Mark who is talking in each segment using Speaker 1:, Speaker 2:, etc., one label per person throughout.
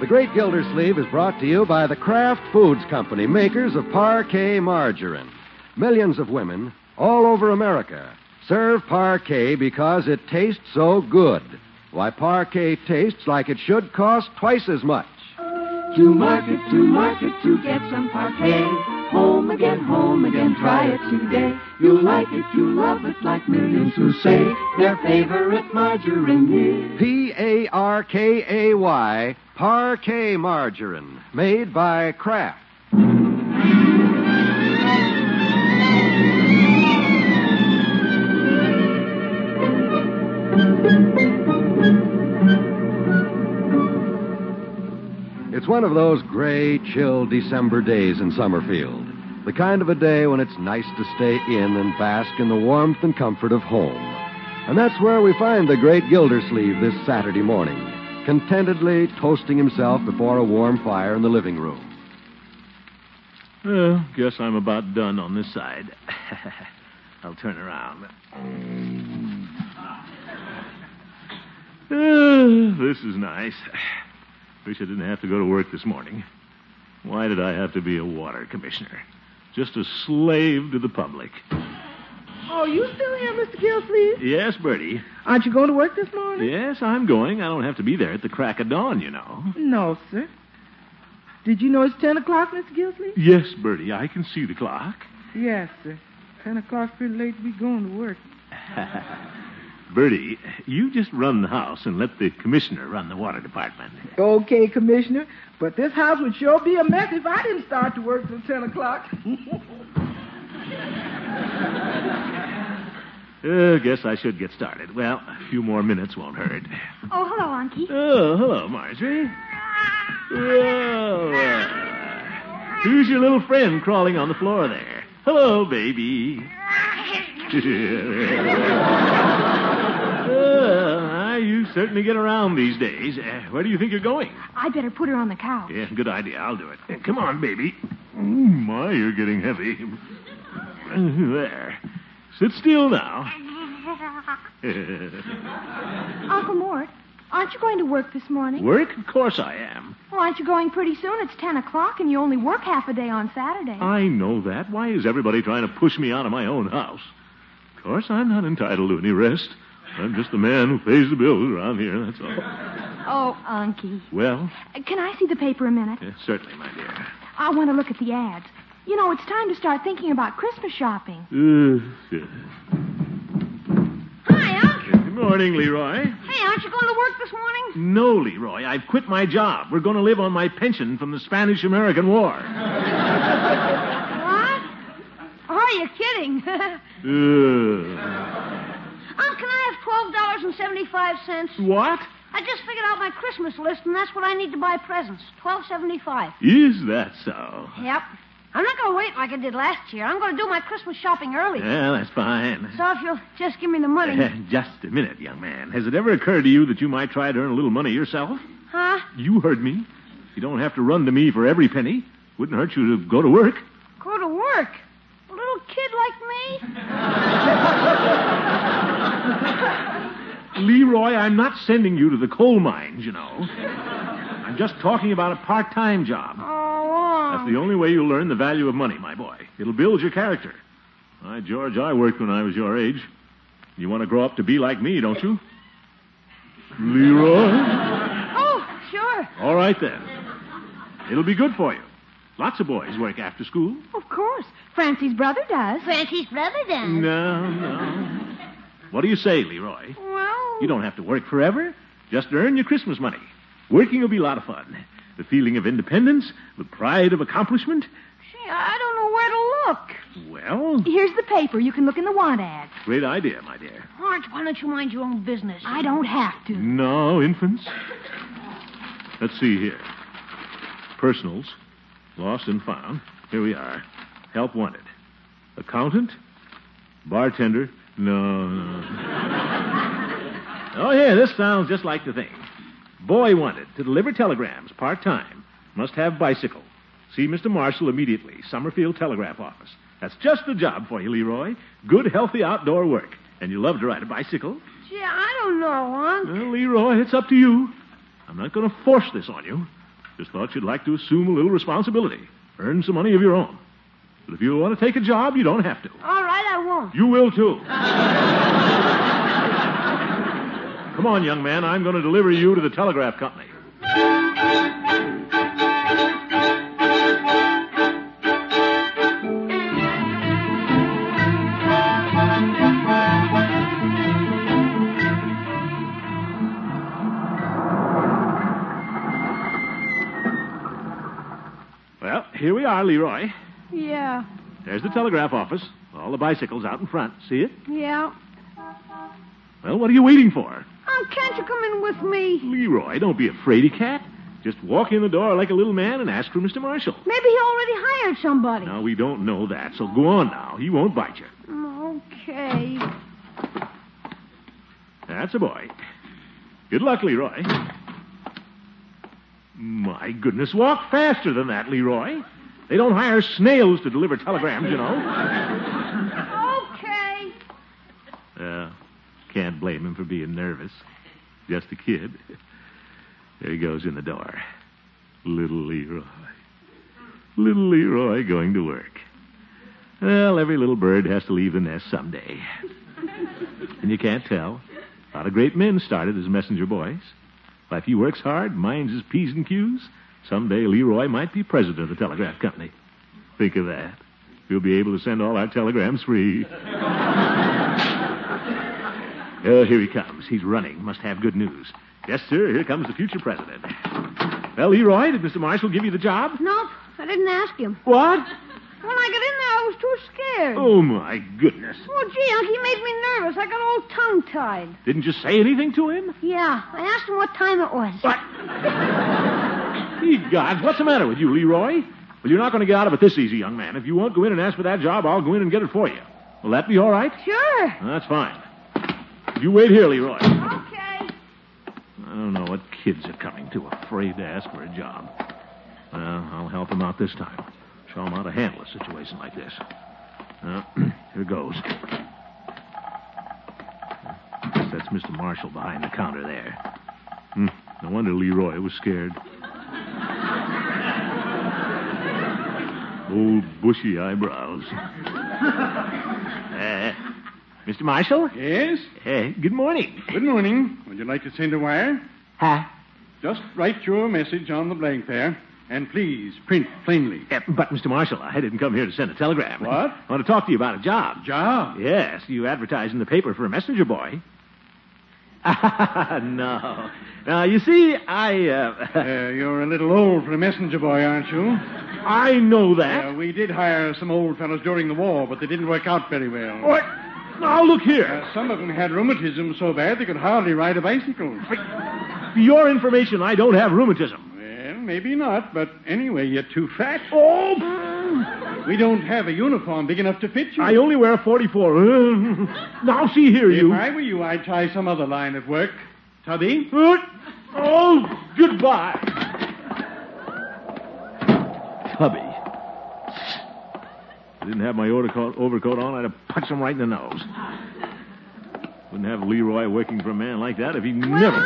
Speaker 1: The Great Gildersleeve is brought to you by the Kraft Foods Company, makers of parquet margarine. Millions of women all over America serve parquet because it tastes so good. Why, parquet tastes like it should cost twice as much.
Speaker 2: To market, to market, to get some parquet. Home again, home again, try it today. You'll like it, you'll love it, like millions who say their favorite margarine is.
Speaker 1: P A R K A Y, parquet margarine, made by Kraft. It's one of those gray, chill December days in Summerfield. The kind of a day when it's nice to stay in and bask in the warmth and comfort of home. And that's where we find the great Gildersleeve this Saturday morning, contentedly toasting himself before a warm fire in the living room.
Speaker 3: Uh, guess I'm about done on this side. I'll turn around. Uh, this is nice. Wish I didn't have to go to work this morning. Why did I have to be a water commissioner? Just a slave to the public.
Speaker 4: Oh, you still here, Mr. Gilsleeve?
Speaker 3: Yes, Bertie.
Speaker 4: Aren't you going to work this morning?
Speaker 3: Yes, I'm going. I don't have to be there at the crack of dawn, you know.
Speaker 4: Mm-hmm. No, sir. Did you know it's 10 o'clock, Mr. Gilsleeve?
Speaker 3: Yes, Bertie, I can see the clock.
Speaker 4: Yes, sir. 10 o'clock's pretty late to be going to work.
Speaker 3: Bertie, you just run the house and let the commissioner run the water department.
Speaker 4: Okay, Commissioner, but this house would sure be a mess if I didn't start to work till 10 o'clock.
Speaker 3: Uh, guess I should get started. Well, a few more minutes won't hurt.
Speaker 5: Oh, hello, Unky.
Speaker 3: Oh, hello, Marjorie. Well, well. Who's your little friend crawling on the floor there? Hello, baby. Uh, you certainly get around these days. Uh, where do you think you're going?
Speaker 5: I'd better put her on the couch.
Speaker 3: Yeah, good idea. I'll do it. Uh, Come on, baby. Oh, my, you're getting heavy. Uh, There. Sit still now.
Speaker 5: Uncle Mort, aren't you going to work this morning?
Speaker 3: Work? Of course I am.
Speaker 5: Well, aren't you going pretty soon? It's 10 o'clock and you only work half a day on Saturday.
Speaker 3: I know that. Why is everybody trying to push me out of my own house? Of course, I'm not entitled to any rest. I'm just the man who pays the bills around here, that's all.
Speaker 5: Oh, Unky.
Speaker 3: Well,
Speaker 5: Can I see the paper a minute?
Speaker 3: yeah, certainly, my dear.
Speaker 5: I want to look at the ads. You know, it's time to start thinking about Christmas shopping.
Speaker 3: Uh, yeah.
Speaker 6: Hi, Unc.
Speaker 3: Good morning, Leroy.
Speaker 6: Hey, aren't you going to work this morning?
Speaker 3: No, Leroy, I've quit my job. We're going to live on my pension from the Spanish American War.
Speaker 6: What? Are you kidding? Unc,
Speaker 3: Uh,
Speaker 6: can I have $12.75?
Speaker 3: what?
Speaker 6: I just figured out my Christmas list, and that's what I need to buy presents. Twelve seventy-five.
Speaker 3: Is that so?
Speaker 6: Yep. I'm not going to wait like I did last year. I'm going to do my Christmas shopping early.
Speaker 3: Well, that's fine.
Speaker 6: So if you'll just give me the money.
Speaker 3: Just a minute, young man. Has it ever occurred to you that you might try to earn a little money yourself?
Speaker 6: huh?
Speaker 3: You heard me. You don't have to run to me for every penny. Wouldn't hurt you to go to work.
Speaker 6: Go to work. A little kid like me?
Speaker 3: Leroy, I'm not sending you to the coal mines, you know. I'm just talking about a part time job. That's the only way you'll learn the value of money, my boy. It'll build your character. Why, George, I worked when I was your age. You want to grow up to be like me, don't you? Leroy?
Speaker 6: Oh, sure.
Speaker 3: All right then. It'll be good for you. Lots of boys work after school.
Speaker 5: Of course. Francie's brother does.
Speaker 6: Francie's brother does.
Speaker 3: No, no. What do you say, Leroy?
Speaker 6: Well,
Speaker 3: You don't have to work forever. Just earn your Christmas money. Working will be a lot of fun. The feeling of independence, the pride of accomplishment.
Speaker 6: gee, I don't know where to look.
Speaker 3: Well,
Speaker 5: Here's the paper. You can look in the want ads.
Speaker 3: great idea, my dear.
Speaker 6: Orange, why don't you mind your own business?
Speaker 5: I don't have to.
Speaker 3: No, infants. Let's see here. Personals. Lost and found. Here we are. Help wanted. Accountant. Bartender. No, no. oh, yeah, this sounds just like the thing. Boy wanted to deliver telegrams part time. Must have bicycle. See Mr. Marshall immediately. Summerfield Telegraph Office. That's just the job for you, Leroy. Good, healthy outdoor work. And you love to ride a bicycle.
Speaker 6: Gee, I don't know, Unc.
Speaker 3: Well, Leroy, it's up to you. I'm not going to force this on you. Just thought you'd like to assume a little responsibility, earn some money of your own. But if you want to take a job, you don't have to.
Speaker 6: All right, I won't.
Speaker 3: You will too. Come on, young man. I'm going to deliver you to the telegraph company. Well, Here we are, Leroy.
Speaker 6: Yeah,
Speaker 3: There's the telegraph office. All the bicycles out in front. See it?
Speaker 6: yeah.
Speaker 3: Well, what are you waiting for?
Speaker 6: Unc, Oh, can't you come in with me?
Speaker 3: Leroy, don't be a fraidy cat. Just walk in the door like a little man and ask for Mr. Marshall.
Speaker 6: Maybe he already hired somebody.
Speaker 3: Now, we don't know that, so go on now. He won't bite you.
Speaker 6: Okay.
Speaker 3: That's a boy. Good luck, Leroy. My goodness, walk faster than that, Leroy. They don't hire snails to deliver telegrams, you know.
Speaker 6: Okay.
Speaker 3: Uh, can't blame him for being nervous. Just a kid. There he goes in the door. Little Leroy. Little Leroy going to work. Well, every little bird has to leave the nest someday. and you can't tell. A lot of great men started as messenger boys. Why, if he works hard, minds his P's and Q's, someday Leroy might be president of the telegraph company. Think of that. We'll be able to send all our telegrams free. Oh, here he comes. He's running. Must have good news. Yes, sir. Here comes the future president. Well, Leroy, did Mr. Marshall give you the job?
Speaker 6: Nope, I didn't ask him.
Speaker 3: What?
Speaker 6: When I got in there, I was too scared.
Speaker 3: Oh, my goodness.
Speaker 6: Well, gee, Unc, he made me nervous. I got all tongue-tied.
Speaker 3: Didn't you say anything to him?
Speaker 6: Yeah, I asked him what time it was.
Speaker 3: What? Ye gods, what's the matter with you, Leroy? Well, you're not going to get out of it this easy, young man. If you won't go in and ask for that job, I'll go in and get it for you. Will that be all right?
Speaker 6: Sure.
Speaker 3: That's fine. You wait here, Leroy. I
Speaker 6: Okay.
Speaker 3: don't know what kids are coming to, afraid to ask for a job. Well, I'll help him out this time. Show him how to handle a situation like this. Uh, here goes. Guess that's Mr. Marshall behind the counter there. Hmm, no wonder Leroy was scared. Old bushy eyebrows. Uh, Mr. Marshall?
Speaker 7: Yes?
Speaker 3: Hey, good morning.
Speaker 7: Good morning. Would you like to send a wire?
Speaker 3: Huh?
Speaker 7: Just write your message on the blank there, and please print plainly.
Speaker 3: Yeah, Eh, but, Mr. Marshall, I didn't come here to send a telegram.
Speaker 7: What?
Speaker 3: I want to talk to you about a job.
Speaker 7: Job.
Speaker 3: Yes, you advertised in the paper for a messenger boy. no. Now, Uh, you see, I,
Speaker 7: Uh,
Speaker 3: uh,
Speaker 7: you're a little old for a messenger boy, aren't you?
Speaker 3: I know that.
Speaker 7: Uh, we did hire some old fellows during the war, but they didn't work out very well.
Speaker 3: What? Oh, Now, look here.
Speaker 7: Uh, some of them had rheumatism so bad they could hardly ride a bicycle.
Speaker 3: For your information, I don't have rheumatism.
Speaker 7: Well, maybe not, but anyway, you're too fat.
Speaker 3: Oh,
Speaker 7: We don't have a uniform big enough to fit you.
Speaker 3: I only wear a 44. now, see here,
Speaker 7: if
Speaker 3: you.
Speaker 7: I were you, I'd try some other line of work. Tubby?
Speaker 3: Oh, goodbye. tubby. If I didn't have my overcoat, overcoat on, I'd have punched him right in the nose. Wouldn't have Leroy working for a man like that if he never.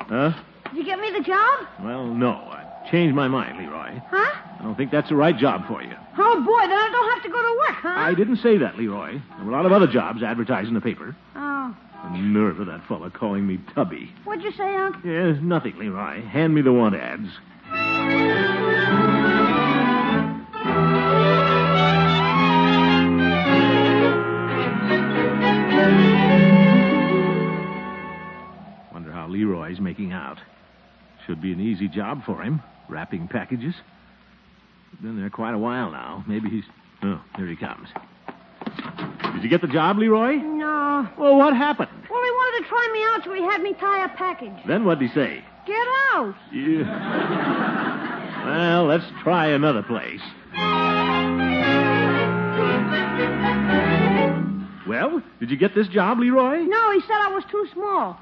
Speaker 3: Huh?
Speaker 6: Did you get me the job?
Speaker 3: Well, no. I changed my mind, Leroy.
Speaker 6: Huh?
Speaker 3: I don't think that's the right job for you.
Speaker 6: Oh, boy, then I don't have to go to work, huh?
Speaker 3: I didn't say that, Leroy. There were a lot of other jobs advertised in the paper.
Speaker 6: Oh.
Speaker 3: The nerve of that fella calling me Tubby.
Speaker 6: What'd you say, Unc?
Speaker 3: Yes, nothing, Leroy. Hand me the want ads. Wonder how Leroy's making out. Should be an easy job for him, wrapping packages. Been there quite a while now. Maybe he's. Oh, here he comes. Did you get the job, Leroy?
Speaker 6: No.
Speaker 3: Well, what happened?
Speaker 6: Well, he wanted to try me out, so he had me tie a package.
Speaker 3: Then what'd he say?
Speaker 6: Get out.
Speaker 3: Yeah. well, let's try another place. Well, did you get this job, Leroy?
Speaker 6: No, he said I was too small.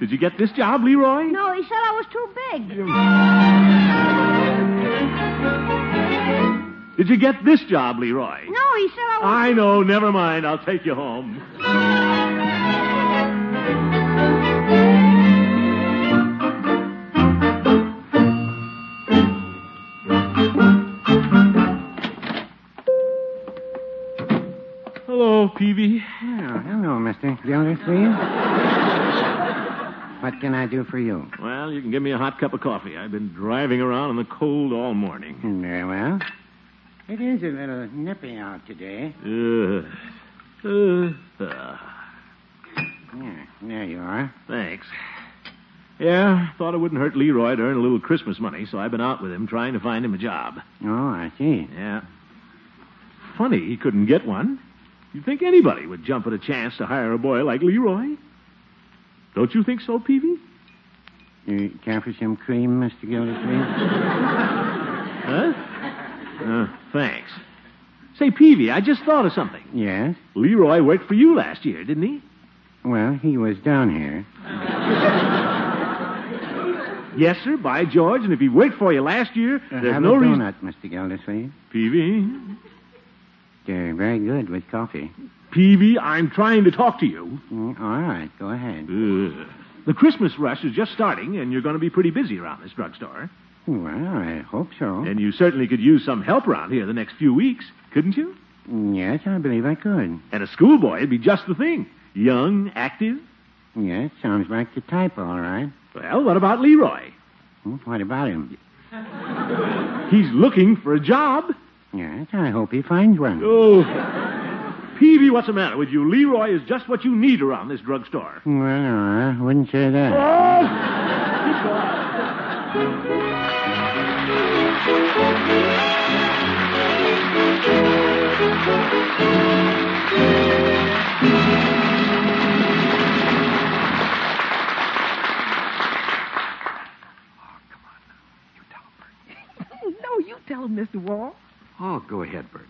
Speaker 3: Did you get this job, Leroy?
Speaker 6: No, he said I was too big.
Speaker 3: Did you get this job, Leroy?
Speaker 6: No, he said I was.
Speaker 3: I know, never mind. I'll take you home. Hello, Peavy.
Speaker 8: hello, Mr. Gilder, please. what can I do for you?
Speaker 3: Well, you can give me a hot cup of coffee. I've been driving around in the cold all morning.
Speaker 8: Very well. It is a little nippy out today.
Speaker 3: Ugh. Ugh. Ah,
Speaker 8: Yeah, there you are.
Speaker 3: thanks. Yeah, thought it wouldn't hurt Leroy to earn a little Christmas money, so I've been out with him trying to find him a job.
Speaker 8: Oh, I see.
Speaker 3: Yeah. Funny he couldn't get one. You'd think anybody would jump at a chance to hire a boy like Leroy. Don't you think so, Peavy?
Speaker 8: You care for some cream, Mr. Gildersleeve?
Speaker 3: Huh? Uh, thanks. Say, Peavy, I just thought of something.
Speaker 8: yes?
Speaker 3: Leroy worked for you last year, didn't he?
Speaker 8: Well, he was down here.
Speaker 3: Yes, sir, by George. And if he worked for you last year, there's
Speaker 8: Uh, Have
Speaker 3: no
Speaker 8: a
Speaker 3: reason.
Speaker 8: donut, Mr. Gildersleeve.
Speaker 3: Peavy?
Speaker 8: They're very good with coffee.
Speaker 3: Peavy, I'm trying to talk to you.
Speaker 8: Mm, all right, go ahead.
Speaker 3: The Christmas rush is just starting, and you're going to be pretty busy around this drugstore.
Speaker 8: Well, I hope so.
Speaker 3: And you certainly could use some help around here the next few weeks, couldn't you?
Speaker 8: Mm, Yes, I believe I could.
Speaker 3: And a schoolboy would be just the thing. Young, active.
Speaker 8: Yes, sounds like the type, all right.
Speaker 3: Well, what about Leroy?
Speaker 8: Hmm, What about him?
Speaker 3: He's looking for a job.
Speaker 8: Yes, I hope he finds one.
Speaker 3: Oh. Peavy, what's the matter with you? Leroy is just what you need around this drugstore.
Speaker 8: Well, no, I wouldn't say that.
Speaker 4: no, you tell him, Mr. Wall.
Speaker 1: Oh, go ahead, Bertie.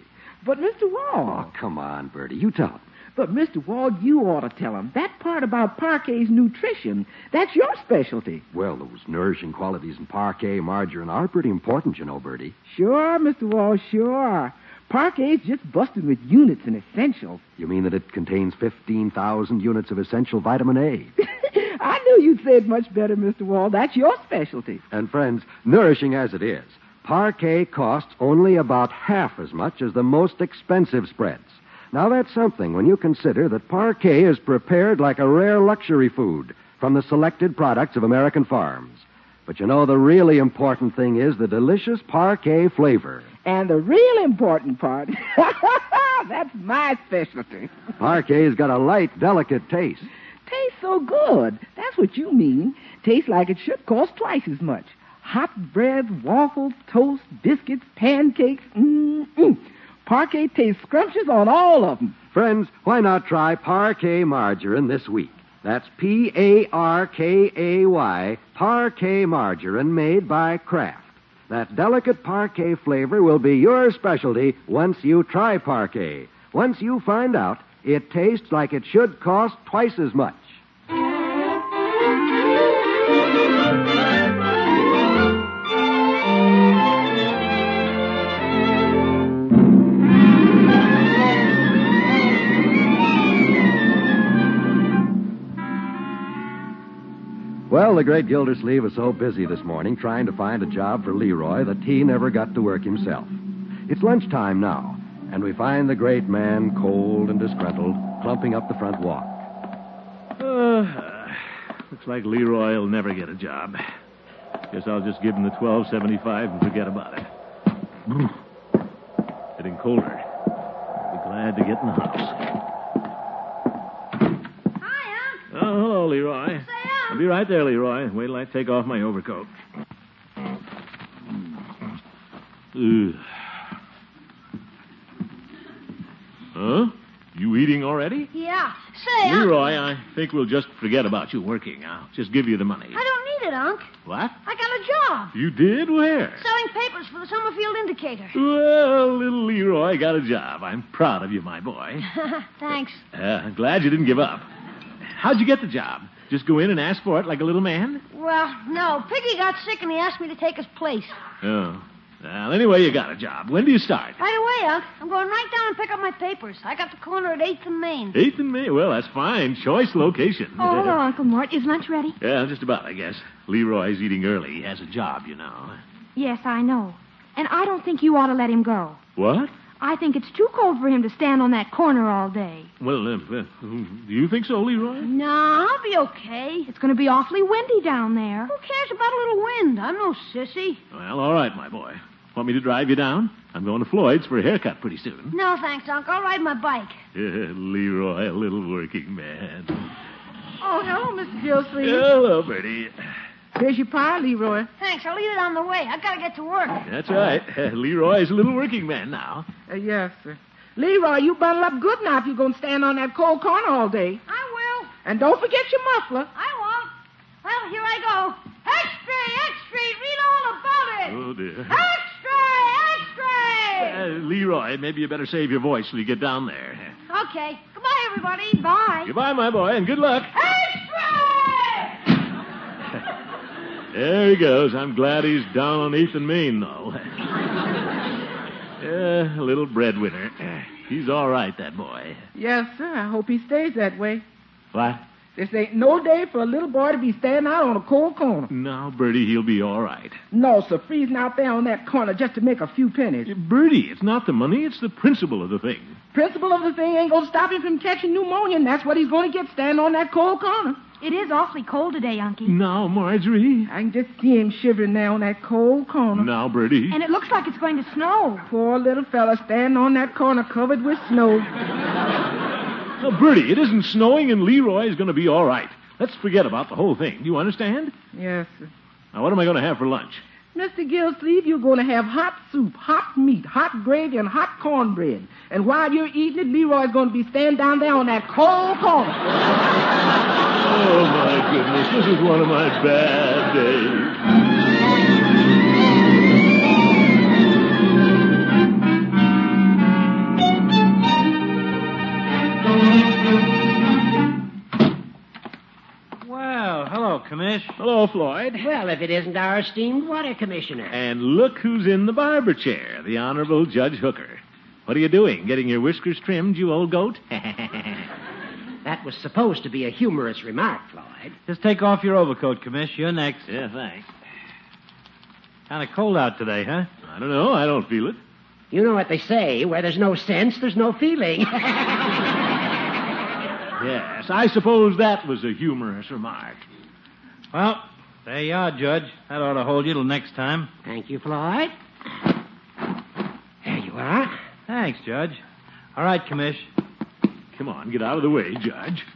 Speaker 4: But, Mr. Wall.
Speaker 1: Oh, come on, Bertie. You tell him.
Speaker 4: But, Mr. Wall, you ought to tell him. That part about Parquet's nutrition, that's your specialty.
Speaker 1: Well, those nourishing qualities in parquet, margarine are pretty important, you know, Bertie.
Speaker 4: Sure, Mr. Wall, sure. Parquet's just busted with units and essentials.
Speaker 1: You mean that it contains 15,000 units of essential vitamin A?
Speaker 4: I knew you'd say it much better, Mr. Wall. That's your specialty.
Speaker 1: And, friends, nourishing as it is, parquet costs only about half as much as the most expensive spreads. Now, that's something when you consider that parquet is prepared like a rare luxury food from the selected products of American farms. But you know, the really important thing is the delicious parquet flavor.
Speaker 4: And the real important part, that's my specialty.
Speaker 1: Parquet's got a light, delicate taste.
Speaker 4: Tastes so good. That's what you mean. Tastes like it should cost twice as much. Hot bread, waffles, toast, biscuits, pancakes. Mm-mm. Parquet tastes scrumptious on all of them.
Speaker 1: Friends, why not try Parquet Margarine this week? That's P A R K A Y, Parquet Margarine made by Kraft. That delicate parquet flavor will be your specialty once you try Parquet. Once you find out, it tastes like it should cost twice as much. the great Gildersleeve was so busy this morning trying to find a job for Leroy that he never got to work himself. It's lunchtime now, and we find the great man, cold and disgruntled, clumping up the front walk.
Speaker 6: Oh!
Speaker 3: Uh, looks like Leroy will never get a job. Guess I'll just give him the twelve seventy-five and forget about it. Getting colder. I'll be glad to get in the house.
Speaker 6: Hiya.
Speaker 3: Oh, hello, Leroy. I'll be right there, Leroy. Wait till I take off my overcoat. Ugh. Huh? You eating already?
Speaker 6: Yeah. Say, Unc,
Speaker 3: Leroy, I think we'll just forget about you working. I'll just give you the money.
Speaker 6: I don't need it, Unc.
Speaker 3: What?
Speaker 6: I got a job
Speaker 3: You did? Where?
Speaker 6: selling papers for the Summerfield Indicator.
Speaker 3: Well, little Leroy got a job. I'm proud of you, my boy.
Speaker 6: Thanks.
Speaker 3: Uh, I'm glad you didn't give up. How'd you get the job? Just go in and ask for it like a little man?
Speaker 6: Well, no. Piggy got sick and he asked me to take his place.
Speaker 3: Oh. Well, anyway, you got a job. When do you start?
Speaker 6: Right away, Unc. I'm going right down and pick up my papers. I got the corner at 8th and Main.
Speaker 3: Eighth and May. Well, that's fine. Choice location.
Speaker 5: Oh, hello, Uncle Mort. Is lunch ready?
Speaker 3: yeah, just about, I guess. Leroy's eating early. He has a job, you know.
Speaker 5: Yes, I know. And I don't think you ought to let him go.
Speaker 3: What?
Speaker 5: I think it's too cold for him to stand on that corner all day.
Speaker 3: Well, uh, uh, do you think so, Leroy?
Speaker 6: No, I'll be okay.
Speaker 5: It's going to be awfully windy down there.
Speaker 6: Who cares about a little wind? I'm no sissy.
Speaker 3: Well, all right, my boy. Want me to drive you down? I'm going to Floyd's for a haircut pretty soon.
Speaker 6: No, thanks, Unc. I'll ride my bike.
Speaker 3: Yeah, Leroy, a little working man.
Speaker 4: Oh, hello, Mr. Gilsleeve.
Speaker 3: Hello, Bertie.
Speaker 4: There's your pie, Leroy.
Speaker 6: Thanks. I'll eat it on the way. I gotta get to work.
Speaker 3: That's right. Leroy's a little working man now.
Speaker 4: Uh, yes, sir. Leroy, you bundle up good now if you're going to stand on that cold corner all day.
Speaker 6: I will.
Speaker 4: And don't forget your muffler.
Speaker 6: I won't. Well, here I go. Extra, extra. Read all about it.
Speaker 3: Oh, dear.
Speaker 6: Extra,
Speaker 3: Uh, Leroy, maybe you better save your voice till you get down there.
Speaker 6: extra. Okay. Goodbye, everybody. Bye.
Speaker 3: Goodbye, my boy, and good luck. There he goes. I'm glad he's down on Ethan Main, though. Yeah, Uh, a little breadwinner. Uh, He's all right, that boy.
Speaker 4: Yes, sir. I hope he stays that way.
Speaker 3: What?
Speaker 4: This ain't no day for a little boy to be standing out on a cold corner.
Speaker 3: Now, Bertie, he'll be all right.
Speaker 4: No, sir, freezing out there on that corner just to make a few pennies.
Speaker 3: Uh, Bertie, it's not the money, it's the principle of the thing.
Speaker 4: Principle of the thing ain't gonna stop him from catching pneumonia, and that's what he's gonna get standing on that cold corner.
Speaker 5: It is awfully cold today, Unky.
Speaker 3: Now, Marjorie.
Speaker 4: I can just see him shivering there on that cold corner.
Speaker 3: Now, Bertie.
Speaker 5: And it looks like it's going to snow.
Speaker 4: Poor little fella standing on that corner covered with snow.
Speaker 3: Now, Bertie, it isn't snowing, and Leroy is going to be all right. Let's forget about the whole thing. Do you understand?
Speaker 4: Yes, sir.
Speaker 3: Now, what am I going to have for lunch?
Speaker 4: Mr. Gilsleeve, you're going to have hot soup, hot meat, hot gravy, and hot cornbread. And while you're eating it, Leroy's going to be standing down there on that cold corner.
Speaker 3: Oh, my goodness. This is one of my bad days.
Speaker 9: Well, hello, Commish.
Speaker 3: Hello, Floyd.
Speaker 8: Well, if it isn't our esteemed water commissioner.
Speaker 3: And look who's in the barber chair, the Honorable Judge Hooker. What are you doing? Getting your whiskers trimmed, you old goat?
Speaker 8: That was supposed to be a humorous remark, Floyd.
Speaker 9: Just take off your overcoat, Commish. You're next.
Speaker 3: Yeah, thanks.
Speaker 9: Kind of cold out today, huh?
Speaker 3: I don't know. I don't feel it.
Speaker 8: You know what they say where there's no sense, there's no feeling.
Speaker 3: Yes, I suppose that was a humorous remark.
Speaker 9: Well, there you are, Judge. That ought to hold you till next time.
Speaker 8: Thank you, Floyd. There you are.
Speaker 9: Thanks, Judge. All right, Commish.
Speaker 3: Come on, get out of the way, Judge.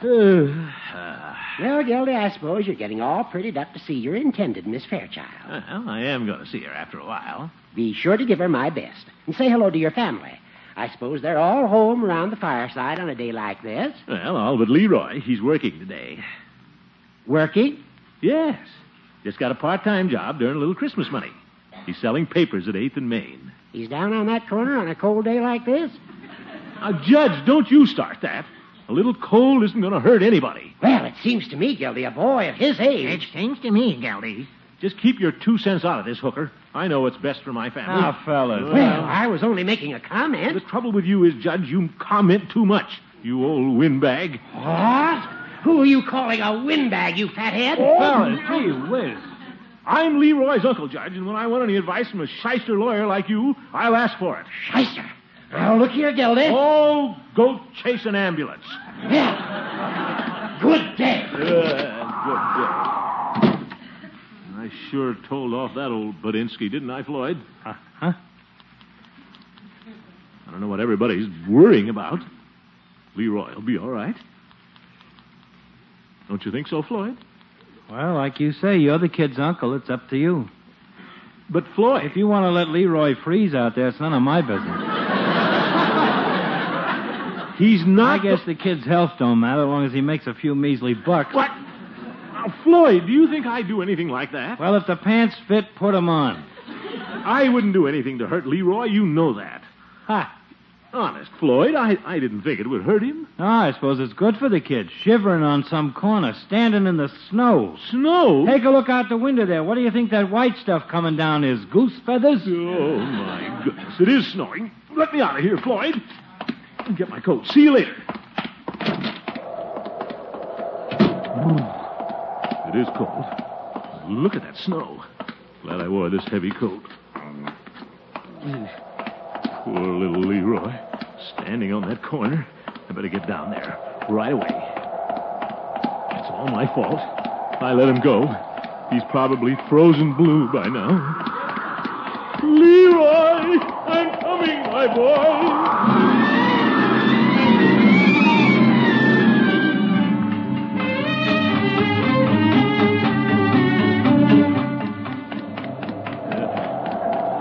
Speaker 3: Uh,
Speaker 8: Well, Gildy, I suppose you're getting all prettied up to see your intended Miss Fairchild.
Speaker 3: well, I am going to see her after a while.
Speaker 8: Be sure to give her my best. And say hello to your family. I suppose they're all home around the fireside on a day like this.
Speaker 3: Well, all but Leroy. He's working today.
Speaker 8: Working?
Speaker 3: Yes. Just got a part time job to earn a little Christmas money. He's selling papers at 8th and Main.
Speaker 8: He's down on that corner on a cold day like this.
Speaker 3: Now, Judge, don't you start that. A little cold isn't going to hurt anybody.
Speaker 8: Well, it seems to me, Gildy, a boy of his age. It seems to me, Gildy.
Speaker 3: Just keep your two cents out of this, Hooker. I know what's best for my family.
Speaker 9: Now, fellas.
Speaker 8: Well, I was only making a comment.
Speaker 3: the trouble with you is, Judge, you comment too much. You old windbag.
Speaker 8: What? Who are you calling a windbag, you fathead?
Speaker 3: Oh, gee whiz. I'm Leroy's uncle, Judge, and when I want any advice from a shyster lawyer like you, I'll ask for it.
Speaker 8: Shyster? Now, look here, Gildy.
Speaker 3: Oh, go chase an ambulance.
Speaker 8: Yeah. Good day.
Speaker 3: Yeah, good day. I sure told off that old Budinsky, didn't I, Floyd? Huh? I don't know what everybody's worrying about. Leroy will be all right. Don't you think so, Floyd?
Speaker 9: Well, like you say, you're the kid's uncle. It's up to you.
Speaker 3: But, Floyd.
Speaker 9: If you want to let Leroy freeze out there, it's none of my business.
Speaker 3: He's not.
Speaker 9: I guess the kid's health don't matter as long as he makes a few measly bucks.
Speaker 3: What? Now, Floyd, do you think I do anything like that?
Speaker 9: Well, if the pants fit, put 'em on.
Speaker 3: I wouldn't do anything to hurt Leroy. You know that.
Speaker 9: Ha!
Speaker 3: Honest, Floyd, I, I didn't think it would hurt him.
Speaker 9: No, I suppose it's good for the kid, shivering on some corner, standing in the snow.
Speaker 3: Snow?
Speaker 9: Take a look out the window there. What do you think that white stuff coming down is? Goose feathers?
Speaker 3: Oh, my goodness. It is snowing. Let me out of here, Floyd. Get my coat. See you later. Mm. It is cold. Look at that snow. Glad I wore this heavy coat. Poor little Leroy. Standing on that corner. I better get down there. Right away. It's all my fault. I let him go. He's probably frozen blue by now. Leroy! I'm coming, my boy!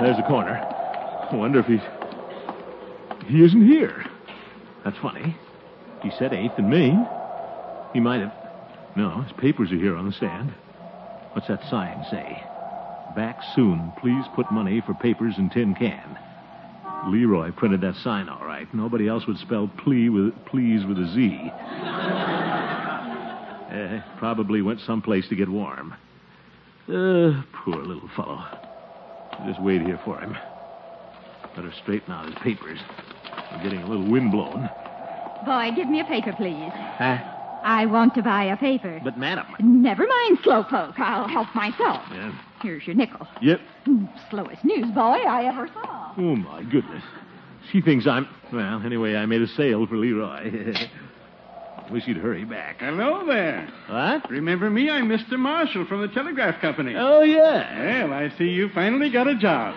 Speaker 3: There's the corner. I wonder if he's. He isn't here. That's funny. He said 8th and Main. He might have. No, his papers are here on the stand. What's that sign say? Back soon. Please put money for papers and tin can. Leroy printed that sign all right. Nobody else would spell plea with, please with a Z. Eh, probably went someplace to get warm. Uh, poor little fellow. Just wait here for him. Better straighten out his papers. I'm getting a little wind blown.
Speaker 10: Boy, give me a paper, please.
Speaker 8: Huh?
Speaker 10: I want to buy a paper.
Speaker 3: But, madam.
Speaker 10: Never mind, slowpoke. I'll help myself.
Speaker 3: Yeah.
Speaker 10: Here's your nickel.
Speaker 3: Yep.
Speaker 10: Slowest newsboy I ever saw.
Speaker 3: Oh, my goodness. She thinks I'm. Well, anyway, I made a sale for Leroy. Wish he'd hurry back.
Speaker 7: Hello there.
Speaker 3: What?
Speaker 7: Remember me? I'm Mr. Marshall from the Telegraph Company.
Speaker 3: Oh, yeah.
Speaker 7: Well, I see you finally got a job.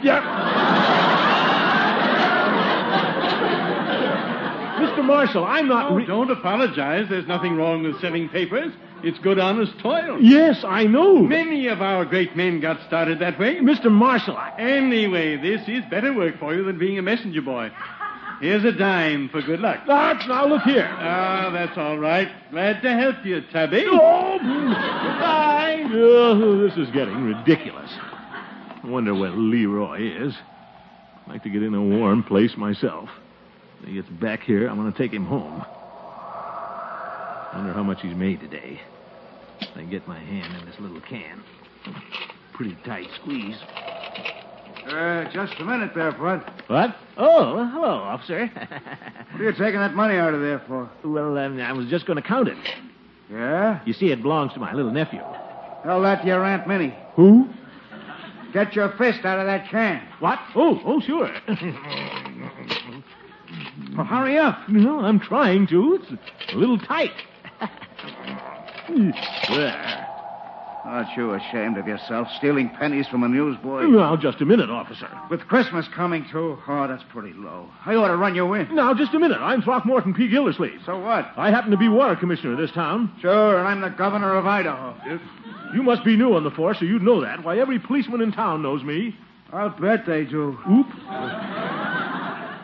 Speaker 3: Mr. Marshall, I'm not.
Speaker 7: Oh, don't apologize. There's nothing wrong with selling papers. It's good, honest toil.
Speaker 3: Yes, I know.
Speaker 7: Many of our great men got started that way.
Speaker 3: Mr. Marshall, I...
Speaker 7: Anyway, this is better work for you than being a messenger boy. Here's a dime for good luck.
Speaker 3: That's, now look here.
Speaker 7: Ah, that's all right. Glad to help you, Tubby.
Speaker 3: Oh, bye. Oh, this is getting ridiculous. I wonder where Leroy is. I'd like to get in a warm place myself. When he gets back here, I'm going to take him home. Wonder how much he's made today. I can get my hand in this little can. Pretty tight squeeze.
Speaker 11: Uh, just a minute there, Bud.
Speaker 3: What? Oh, hello, officer.
Speaker 11: What are you taking that money out of there for?
Speaker 3: well, um, I was just going to count it.
Speaker 11: Yeah?
Speaker 3: You see, it belongs to my little nephew.
Speaker 11: Tell that to your Aunt Minnie.
Speaker 3: Who?
Speaker 11: Get your fist out of that can.
Speaker 3: What? Oh, oh, sure.
Speaker 11: Well, hurry up.
Speaker 3: no, I'm trying to. It's a little tight. there.
Speaker 11: Aren't you ashamed of yourself stealing pennies from a newsboy?
Speaker 3: Now, just a minute, officer.
Speaker 11: With Christmas coming, too. Oh, that's pretty low. I ought to run you in.
Speaker 3: Now, just a minute. I'm Throckmorton P. Gildersleeve.
Speaker 11: So what?
Speaker 3: I happen to be water commissioner of this town.
Speaker 11: Sure, and I'm the governor of Idaho.
Speaker 3: You must be new on the force, so you'd know that. Why, every policeman in town knows me.
Speaker 11: I'll bet they do.
Speaker 3: Oop.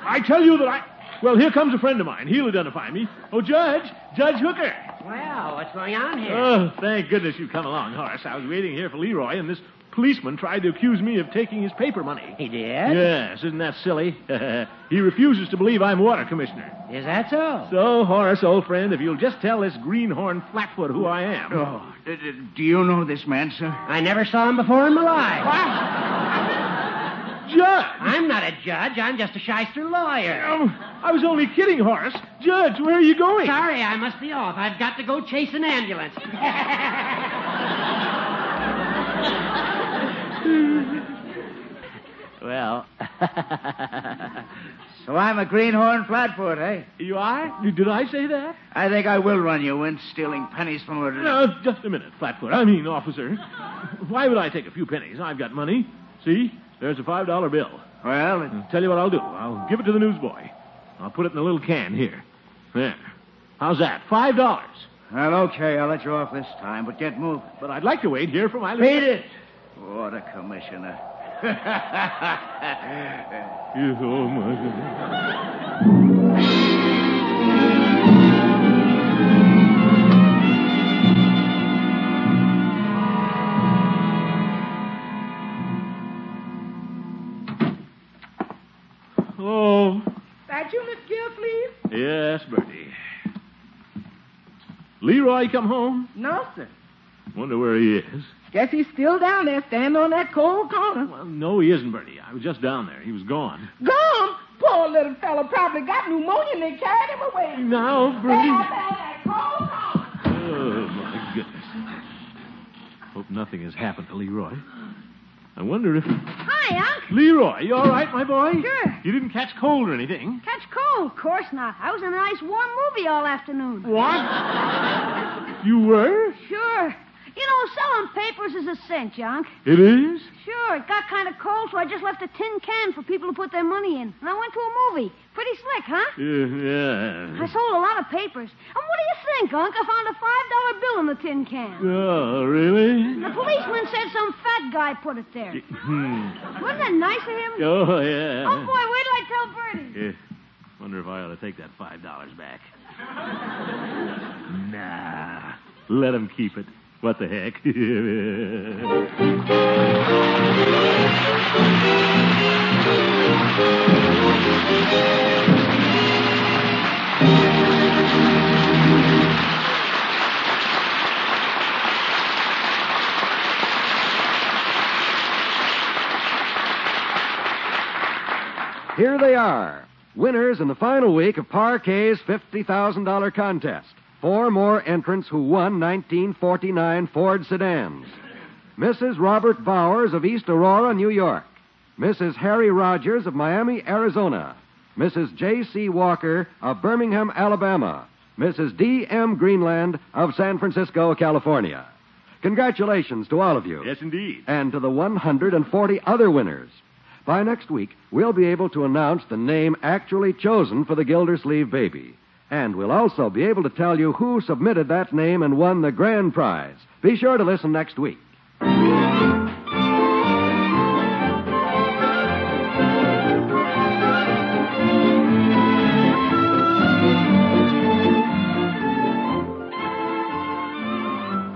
Speaker 3: I tell you that I. Well, here comes a friend of mine. He'll identify me. Oh, Judge. Judge Hooker.
Speaker 8: Well, what's going on here?
Speaker 3: Oh, thank goodness you've come along, Horace. I was waiting here for Leroy, and this policeman tried to accuse me of taking his paper money.
Speaker 8: he did?
Speaker 3: Yes, isn't that silly? he refuses to believe I'm water commissioner.
Speaker 8: Is that so?
Speaker 3: So, Horace, old friend, if you'll just tell this greenhorn Flatfoot who I am.
Speaker 11: Oh, d- d- do you know this man, sir?
Speaker 8: I never saw him before in my life.
Speaker 3: Judge!
Speaker 8: I'm not a judge. I'm just a shyster lawyer.
Speaker 3: Um, I was only kidding, Horace. Judge, where are you going?
Speaker 8: Sorry, I must be off. I've got to go chase an ambulance.
Speaker 11: Well, so I'm a greenhorn flatfoot, eh?
Speaker 3: You are? Did I say that?
Speaker 11: I think I will run you in stealing pennies from a.
Speaker 3: No, just a minute, Flatfoot. I mean, officer. Why would I take a few pennies? I've got money. See? There's a $5 bill.
Speaker 11: Well,
Speaker 3: I'll tell you what I'll do. I'll give it to the newsboy. I'll put it in a little can here. There. How's that? Five dollars.
Speaker 11: Well, okay, I'll let you off this time, but get moving.
Speaker 3: But I'd like to wait here for my...
Speaker 11: Beat it! Oh, the commissioner.
Speaker 3: Yes, oh, my goodness. Hello?
Speaker 4: That you, Miss Gilfleet?
Speaker 3: Yes, Bertie. Leroy come home?
Speaker 4: No, sir.
Speaker 3: Wonder where he is.
Speaker 4: Guess he's still down there, standing on that cold corner.
Speaker 3: No, he isn't, Bertie. I was just down there. He was gone.
Speaker 4: Gone? Poor little fellow probably got pneumonia and they carried him away.
Speaker 3: Now,
Speaker 4: They
Speaker 3: Bertie.
Speaker 4: out there on that cold corner.
Speaker 3: Oh, my goodness. Hope nothing has happened to Leroy. I wonder if.
Speaker 6: Hi, Unc.
Speaker 3: Leroy, you all right, my boy?
Speaker 6: Sure.
Speaker 3: You didn't catch cold or anything.
Speaker 6: Catch cold? Of course not. I was in a nice warm movie all afternoon.
Speaker 3: What? You were?
Speaker 6: Sure. You know, selling papers is a cinch, Unc.
Speaker 3: It is?
Speaker 6: Sure, it got kind of cold, so I just left a tin can for people to put their money in. And I went to a movie. Pretty slick, huh?
Speaker 3: Uh, yeah.
Speaker 6: I sold a lot of papers. And what do you think, Unc? I found a $5 bill in the tin can.
Speaker 3: Oh, really?
Speaker 6: The policeman said some fat guy put it there.
Speaker 3: Hmm.
Speaker 6: Wasn't that nice of him?
Speaker 3: Oh, yeah.
Speaker 6: Oh, boy, wait till I tell Bertie.
Speaker 3: Yeah. Wonder if I ought to take that five dollars back. nah. Let him keep it. What the heck?
Speaker 1: Here they are, winners in the final week of Parquet's $50,000 contest. Four more entrants who won 1949 Ford sedans. Mrs. Robert Bowers of East Aurora, New York. Mrs. Harry Rogers of Miami, Arizona. Mrs. J.C. Walker of Birmingham, Alabama. Mrs. D.M. Greenland of San Francisco, California. Congratulations to all of you.
Speaker 3: Yes, indeed.
Speaker 1: And to the 140 other winners. By next week, we'll be able to announce the name actually chosen for the Gildersleeve baby. And we'll also be able to tell you who submitted that name and won the grand prize. Be sure to listen next week.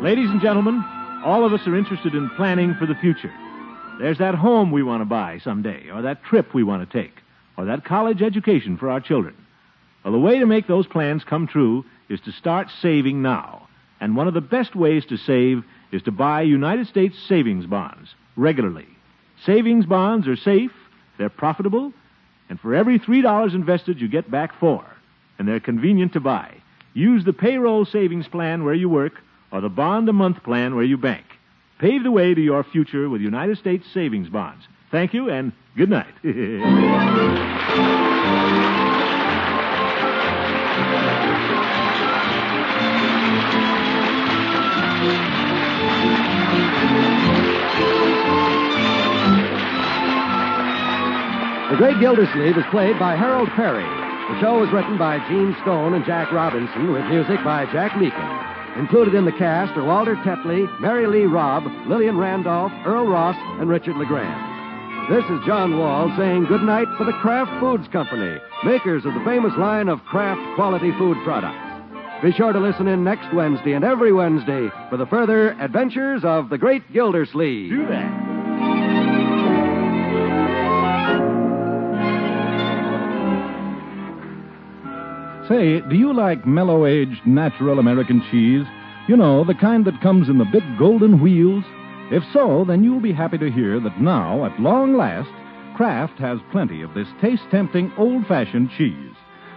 Speaker 3: Ladies and gentlemen, all of us are interested in planning for the future. There's that home we want to buy someday, or that trip we want to take, or that college education for our children. Well, the way to make those plans come true is to start saving now. And one of the best ways to save is to buy United States savings bonds regularly. Savings bonds are safe, they're profitable, and for every $3 invested, you get back 4 and they're convenient to buy. Use the payroll savings plan where you work or the bond a month plan where you bank. Pave the way to your future with United States savings bonds. Thank you and good night.
Speaker 1: The Great Gildersleeve is played by Harold Perry. The show was written by Gene Stone and Jack Robinson with music by Jack Meekin. Included in the cast are Walter Tetley, Mary Lee Robb, Lillian Randolph, Earl Ross, and Richard LeGrand. This is John Wall saying goodnight for the Kraft Foods Company, makers of the famous line of Kraft quality food products. Be sure to listen in next Wednesday and every Wednesday for the further adventures of the Great Gildersleeve.
Speaker 3: Do that.
Speaker 12: Say, do you like mellow aged natural American cheese? You know, the kind that comes in the big golden wheels? If so, then you'll be happy to hear that now, at long last, Kraft has plenty of this taste tempting old fashioned cheese.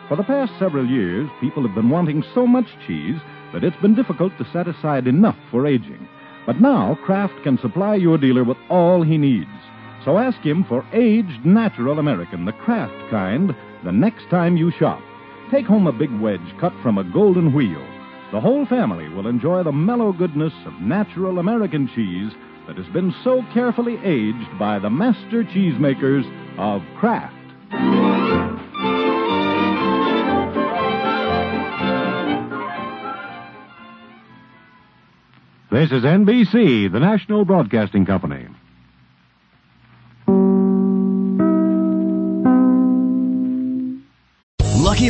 Speaker 12: For the past several years, people have been wanting so much cheese that it's been difficult to set aside enough for aging. But now, Kraft can supply your dealer with all he needs. So ask him for aged natural American, the Kraft kind, the next time you shop. Take home a big wedge cut from a golden wheel. The whole family will enjoy the mellow goodness of natural American cheese that has been so carefully aged by the master cheesemakers of Kraft.
Speaker 13: This is NBC, the national broadcasting company.
Speaker 14: Lucky